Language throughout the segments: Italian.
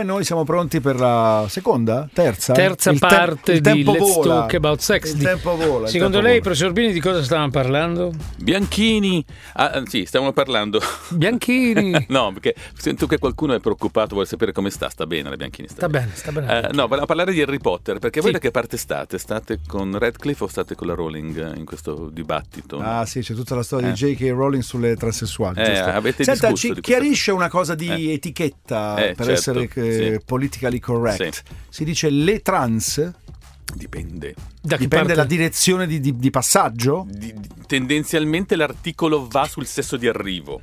Noi siamo pronti per la seconda, terza? Terza Il te- parte il di tempo Let's vola. Talk About Sex. Il Di- tempo vola. il Secondo tempo lei, vola. professor Bini, di cosa stavano parlando? Bianchini, ah, ah, sì, stavano parlando. Bianchini. No, perché sento che qualcuno è preoccupato, vuole sapere come sta. Sta bene la Bianchini. Sta, sta bene, sta bene. Eh, no, volevamo parlare di Harry Potter, perché voi Sì. da che parte state? State con Radcliffe o state con la Rowling eh, in questo dibattito? Ah sì, c'è tutta la storia Eh. di J.K. Rowling sulle transessuali. Eh, giusto? avete Senta, discusso ci di questa- chiarisce una cosa di etichetta Eh, per certo, essere eh, sì. politically correct. Sì. Si dice le trans, Dipende. da che dipende parte? dalla direzione di, di- di passaggio. Di- di- tendenzialmente l'articolo va sul sesso di arrivo.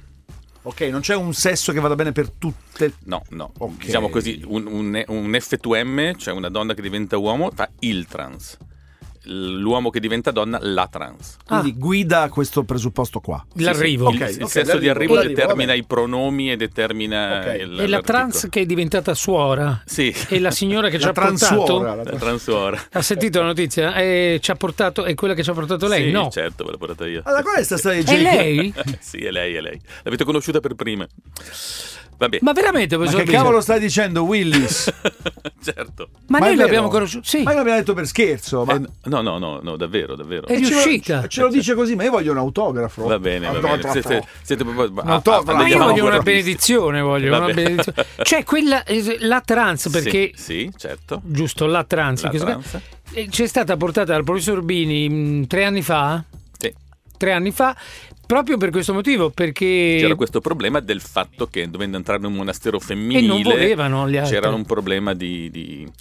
Ok, non c'è un sesso che vada bene per tutte. No, no. Ok. Diciamo così, un, un- un F2M, cioè una donna che diventa uomo, fa il trans. L'uomo che diventa donna, la trans. Ah. Quindi guida questo presupposto qua. L'arrivo. Sì, sì. Ok, il, ok, il sesso di l'arrivo, arrivo l'arrivo, determina vabbè. i pronomi e determina Ok. il, E la l'articolo. trans che è diventata suora. Sì. E la signora che ci La ha portato. transuora. La transuora. Ha sentito la notizia? Eh, ci ha portato, è quella che ci ha portato lei? Sì, no. certo, ve l'ho portata io. Allora, qual è questa storia di È J.K.? lei? sì, è lei, è lei. L'avete conosciuta per prima. Vabbè. Ma veramente, Ma professor che Bini? cavolo stai dicendo, Willis? certo. Ma è noi vero? l'abbiamo conosciuta. Sì, Ma noi l'abbiamo detto per scherzo. Ma Eh, no, no, no, no, davvero, davvero. è ce lo- riuscita. Ce, lo dice così, ma io voglio un autografo. Va bene, va bene. Siete, siete proprio... Ah, No, to- ma Ma io Andiamo voglio una Ah, ancora. benedizione, voglio Va una bene. benedizione. Cioè quella, eh, la trans, perché... Sì, sì, certo. Giusto, la trans. La in questo trans. caso. Eh, C'è stata portata dal professor Bini mh, tre anni fa, Sì. tre anni fa, proprio per questo motivo, perché... C'era questo problema del fatto che dovendo entrare in un monastero femminile E non volevano gli altri. c'era un problema di, di-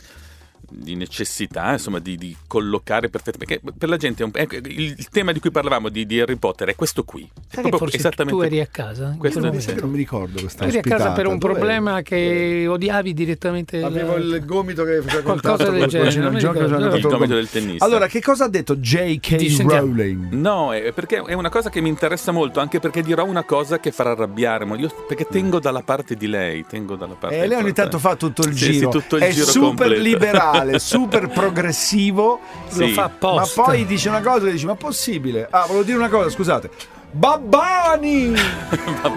di necessità, insomma, di, di collocare perfettamente. Perché per la gente è un- ecco, il, il tema di cui parlavamo di, di Harry Potter è questo qui. È Sai che forse tu eri a casa? in Questo quel è- Sai momento? che non mi ricordo questa Tu eri a casa per un ospitata. Dov'è? Eh, problema Eh. che odiavi direttamente... la- Avevo il gomito che faceva Qualcosa contatto del col genere, cuscino non del mi gioco, ricordo. sono andato Il al gomito gomito. del tennista. Allora, che cosa ha detto Ti J.K. sentiamo. Rowling? Eh, No, è perché è una cosa che mi interessa molto, anche perché dirò una cosa che farà arrabbiare, ma io perché tengo dalla parte di lei, tengo dalla parte Eh, Mm. lei ogni forte. tanto fa tutto il Sì, sì, giro, tutto il è giro super completo. liberale, super progressivo, Lo Sì. fa ma apposta. poi dice una cosa e dice ma possibile? Ah, volevo dire una cosa, scusate. Babbani!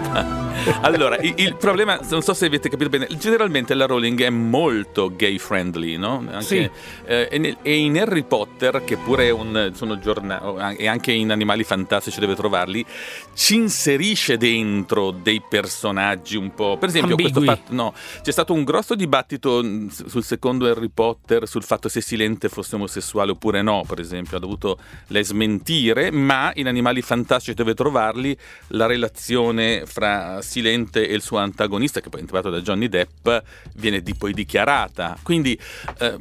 Allora, il, il problema, non so se avete capito bene, generalmente la Rowling è molto gay friendly, no? Anche, Sì. eh, e, nel- e in Harry Potter, che pure è un sono giorna- e anche in Animali Fantastici deve trovarli, ci inserisce dentro dei personaggi un po'. Per esempio, questo Ambigui. fatto, no, c'è stato un grosso dibattito mh, s- sul secondo Harry Potter, sul fatto se Silente fosse omosessuale oppure no, per esempio, ha dovuto lei smentire, ma in Animali Fantastici dove trovarli la relazione fra Silente e il suo antagonista, che poi è interpretato da Johnny Depp, viene di- poi dichiarata. Quindi eh,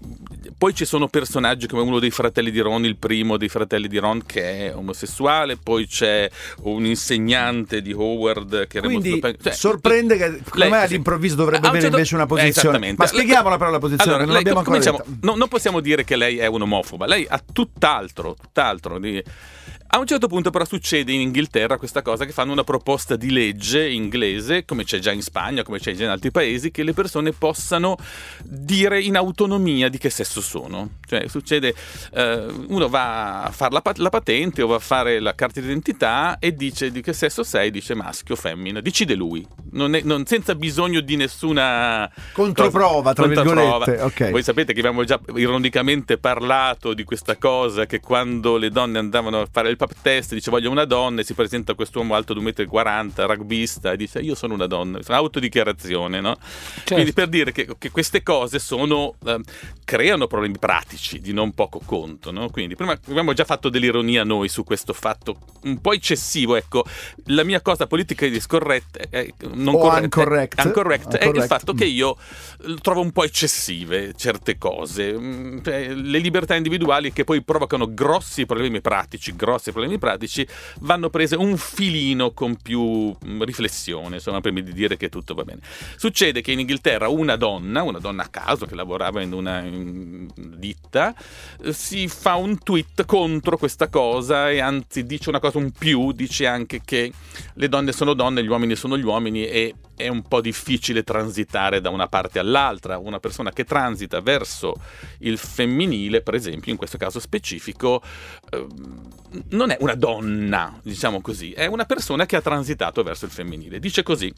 poi ci sono personaggi come uno dei fratelli di Ron, il primo dei fratelli di Ron che è omosessuale, poi c'è un insegnante di Howard che era Quindi molto- cioè, sorprende che secondo lei- me all'improvviso dovrebbe a un avere certo- invece una posizione. Esattamente. Ma spieghiamola però la posizione, Allora, che non lei- l'abbiamo ancora cominciamo- detta. no- non possiamo dire che lei è un omofoba, lei ha tutt'altro, tutt'altro. di- A un certo punto però succede in Inghilterra questa cosa che fanno una proposta di legge inglese, come c'è già in Spagna, come c'è già in altri paesi, che le persone possano dire in autonomia di che sesso sono. Cioè succede, eh, uno va a fare la, pat- la patente o va a fare la carta d'identità e dice di che sesso sei, dice maschio o femmina, decide lui, Non è- non- senza bisogno di nessuna... Controprova, tra Controprova. virgolette. Ok. Voi sapete che abbiamo già ironicamente parlato di questa cosa che quando le donne andavano a fare il pap test dice voglio una donna e si presenta quest'uomo alto di 1,40 m, rugbista e dice io sono una donna, Sono autodichiarazione, no? Certo. Quindi per dire che, che queste cose sono, ehm, creano problemi pratici di non poco conto, no? Quindi prima abbiamo già fatto dell'ironia noi su questo fatto un po' eccessivo, ecco, la mia cosa politica è scorretta, eh, non O corretta, uncorrect. uncorrect, è il Uncorrect. fatto che Mm. io lo trovo un po' eccessive certe cose, Mm, cioè, le libertà individuali che poi provocano grossi problemi pratici, grossi problemi pratici, vanno prese un filino con più mm, riflessione, insomma, prima di dire che tutto va bene. Succede che in Inghilterra una donna, una donna a caso che lavorava in una in- ditta, eh, si fa un tweet contro questa cosa e anzi dice una cosa in più, dice anche che le donne sono donne, gli uomini sono gli uomini e è un po' difficile transitare da una parte all'altra. Una persona che transita verso il femminile, per esempio, in questo caso specifico, ehm, non è una donna, diciamo così, è una persona che ha transitato verso il femminile. Dice così.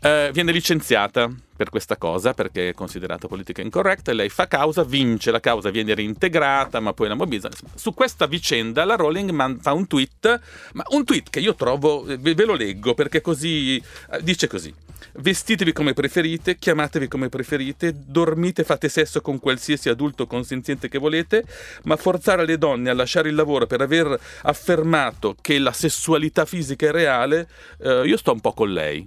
Eh, viene licenziata per questa cosa perché è considerata politica incorretta e lei fa causa, vince la causa, viene reintegrata, ma poi la mobilizza. Insomma, Su questa vicenda la Rowling man- fa un tweet, ma un tweet che io trovo, eh, ve, ve lo leggo perché così eh, dice così. Vestitevi come preferite, chiamatevi come preferite, dormite, fate sesso con qualsiasi adulto consenziente che volete, ma forzare le donne a lasciare il lavoro per aver affermato che la sessualità fisica è reale, eh, io sto un po' con lei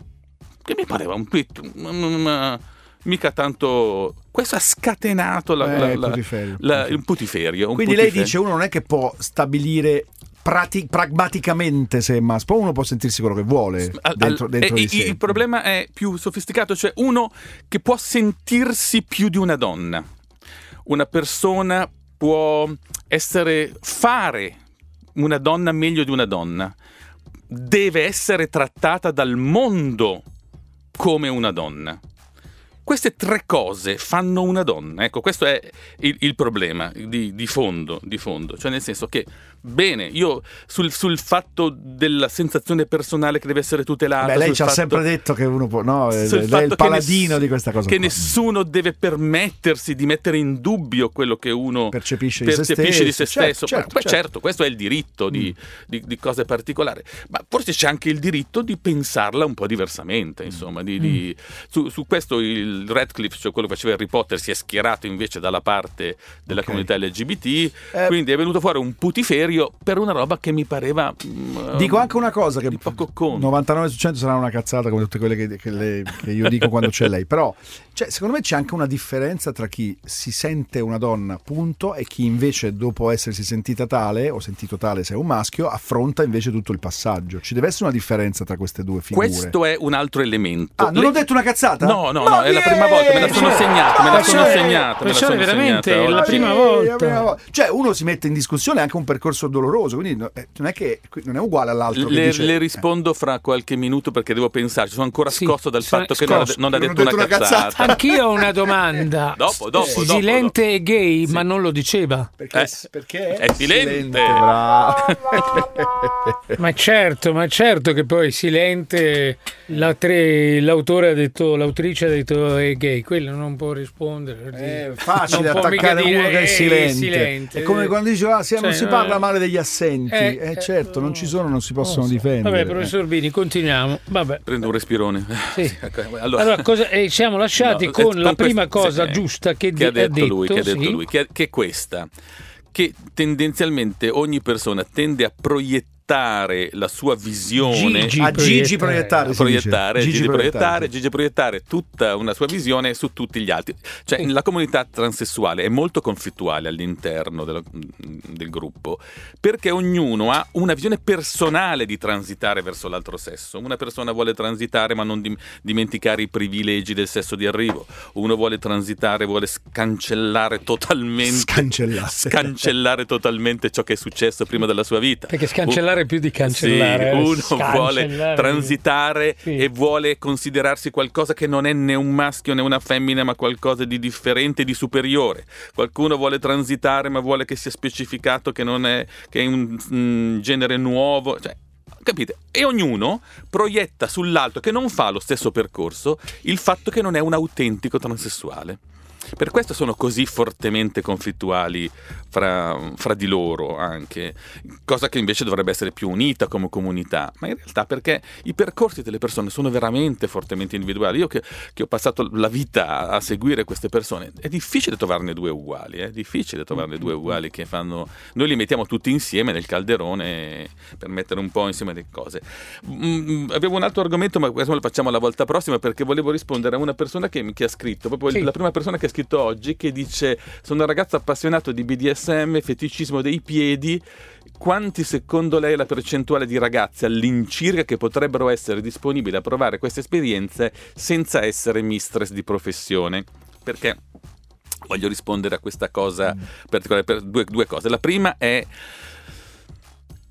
che mi pareva un tweet ma- ma- ma- mica tanto questo ha scatenato la, Eh, la- il la- putiferio. la- il putiferio un Quindi lei putiferio. dice uno non è che può stabilire prati- pragmaticamente se è maschio, uno può sentirsi quello che vuole Al- al- dentro, dentro eh, di il, sé. il problema è più sofisticato cioè uno che può sentirsi più di una donna una persona può essere fare una donna meglio di una donna deve essere trattata dal mondo come una donna Queste tre cose fanno una donna. Ecco, questo è il, il problema di, di fondo, di fondo. Cioè, nel senso che, bene, io sul, sul fatto della sensazione personale che deve essere tutelata. Beh, lei sul ci ha fatto- sempre detto che uno può, no, eh, sul lei è fatto il che paladino ness- di questa cosa. Che qua. nessuno deve permettersi di mettere in dubbio quello che uno Percepisce di se percepisce di se stesso. Certo, stesso. certo, Poi, certo. Mm. certo, questo è il diritto di, di- di cose particolari, ma forse c'è anche il diritto di pensarla un po' diversamente. Mm. Insomma, di- di- su, su questo il Radcliffe, cioè quello che faceva Harry Potter, si è schierato invece dalla parte della Ok. comunità LGBT, Eh, quindi è venuto fuori un putiferio per una roba che mi pareva. mm, Dico anche una cosa che di poco conto. 99 su 100 sarà una cazzata come tutte quelle che, che le- che io dico quando c'è lei, però cioè, secondo me c'è anche una differenza tra chi si sente una donna, punto, e chi invece dopo essersi sentita tale o sentito tale se è un maschio affronta invece tutto il passaggio. Ci deve essere una differenza tra queste due figure. Questo è un altro elemento. Ah, non Le- ho detto una cazzata? No, no, Ma no, è la vieni! prima volta, eh, me la sono Cioè, segnata, me la ma sono cioè, segnata, me la Persone, sono veramente, segnata. la oggi. prima Sì, volta. la prima volta. Cioè, uno si mette in discussione anche un percorso doloroso, quindi no- eh, non è che non è uguale all'altro. Le, che dice, le eh, rispondo fra qualche minuto perché devo pensarci. Sono ancora Sì, scosso dal sono fatto che non ha, scosso. non ha detto una cazzata. Anch'io ho una domanda. Dopo, dopo, dopo, Silente dopo. e gay, Sì. ma non lo diceva. Perché, Eh, perché è silente. Eh, bravo. Ma certo, ma certo che poi Silente, la tre- l'autore ha detto, l'autrice ha detto è gay, quello non può rispondere. Cioè, È Non Eh, facile può attaccare mica dire, uno che è "Ehi, silente. silente". È come quando dice ah, sì, Cioè, non si eh, parla male degli assenti. eh, Eh, eh, certo, non ci sono, non si possono Non so. difendere. Eh, Vabbè, professor Bini, continuiamo. Vabbè. Prendo un respirone. Sì. Ecco, Allora, cosa- eh, siamo lasciati No, eh, con la prima cosa questa- eh, giusta che, di- ha detto, lui, che, ha sì. detto lui, che- che è questa, che tendenzialmente ogni persona tende a proiettare la sua visione Gigi. A Gigi proiettare. proiettare, a si dice. proiettare, Gigi, proiettare, sì. Gigi proiettare tutta una sua visione su tutti gli altri. Cioè, la comunità transessuale è molto conflittuale all'interno della- del gruppo perché ognuno ha una visione personale di transitare verso l'altro sesso. Una persona vuole transitare ma non dim- dimenticare i privilegi del sesso di arrivo. Uno vuole transitare, vuole scancellare totalmente Scancellare. scancellare totalmente ciò che è successo prima della sua vita. Perché scancellare è più di cancellare, Sì, eh. uno Scancellare. vuole transitare Sì. e vuole considerarsi qualcosa che non è né un maschio né una femmina, ma qualcosa di differente, di superiore. Qualcuno vuole transitare, ma vuole che sia specificato che non è, che è un mm, genere nuovo. Cioè, Capite? E ognuno proietta sull'altro che non fa lo stesso percorso il fatto che non è un autentico transessuale. Per questo sono così fortemente conflittuali fra, fra di loro anche, cosa che invece dovrebbe essere più unita come comunità, ma in realtà perché i percorsi delle persone sono veramente fortemente individuali. Io che, che ho passato la vita a seguire queste persone, è difficile trovarne due uguali, eh, è difficile trovarne due uguali che fanno... Noi li mettiamo tutti insieme nel calderone per mettere un po' insieme le cose. Mm, avevo un altro argomento, ma questo lo facciamo la volta prossima perché volevo rispondere a una persona che, mi- che ha scritto, proprio Sì. la prima persona che ha scritto oggi, che dice sono un ragazzo appassionato di BDSM, feticismo dei piedi. Quanti secondo lei è la percentuale di ragazze all'incirca che potrebbero essere disponibili a provare queste esperienze senza essere mistress di professione? Perché voglio rispondere a questa cosa particolare per due, due cose. La prima è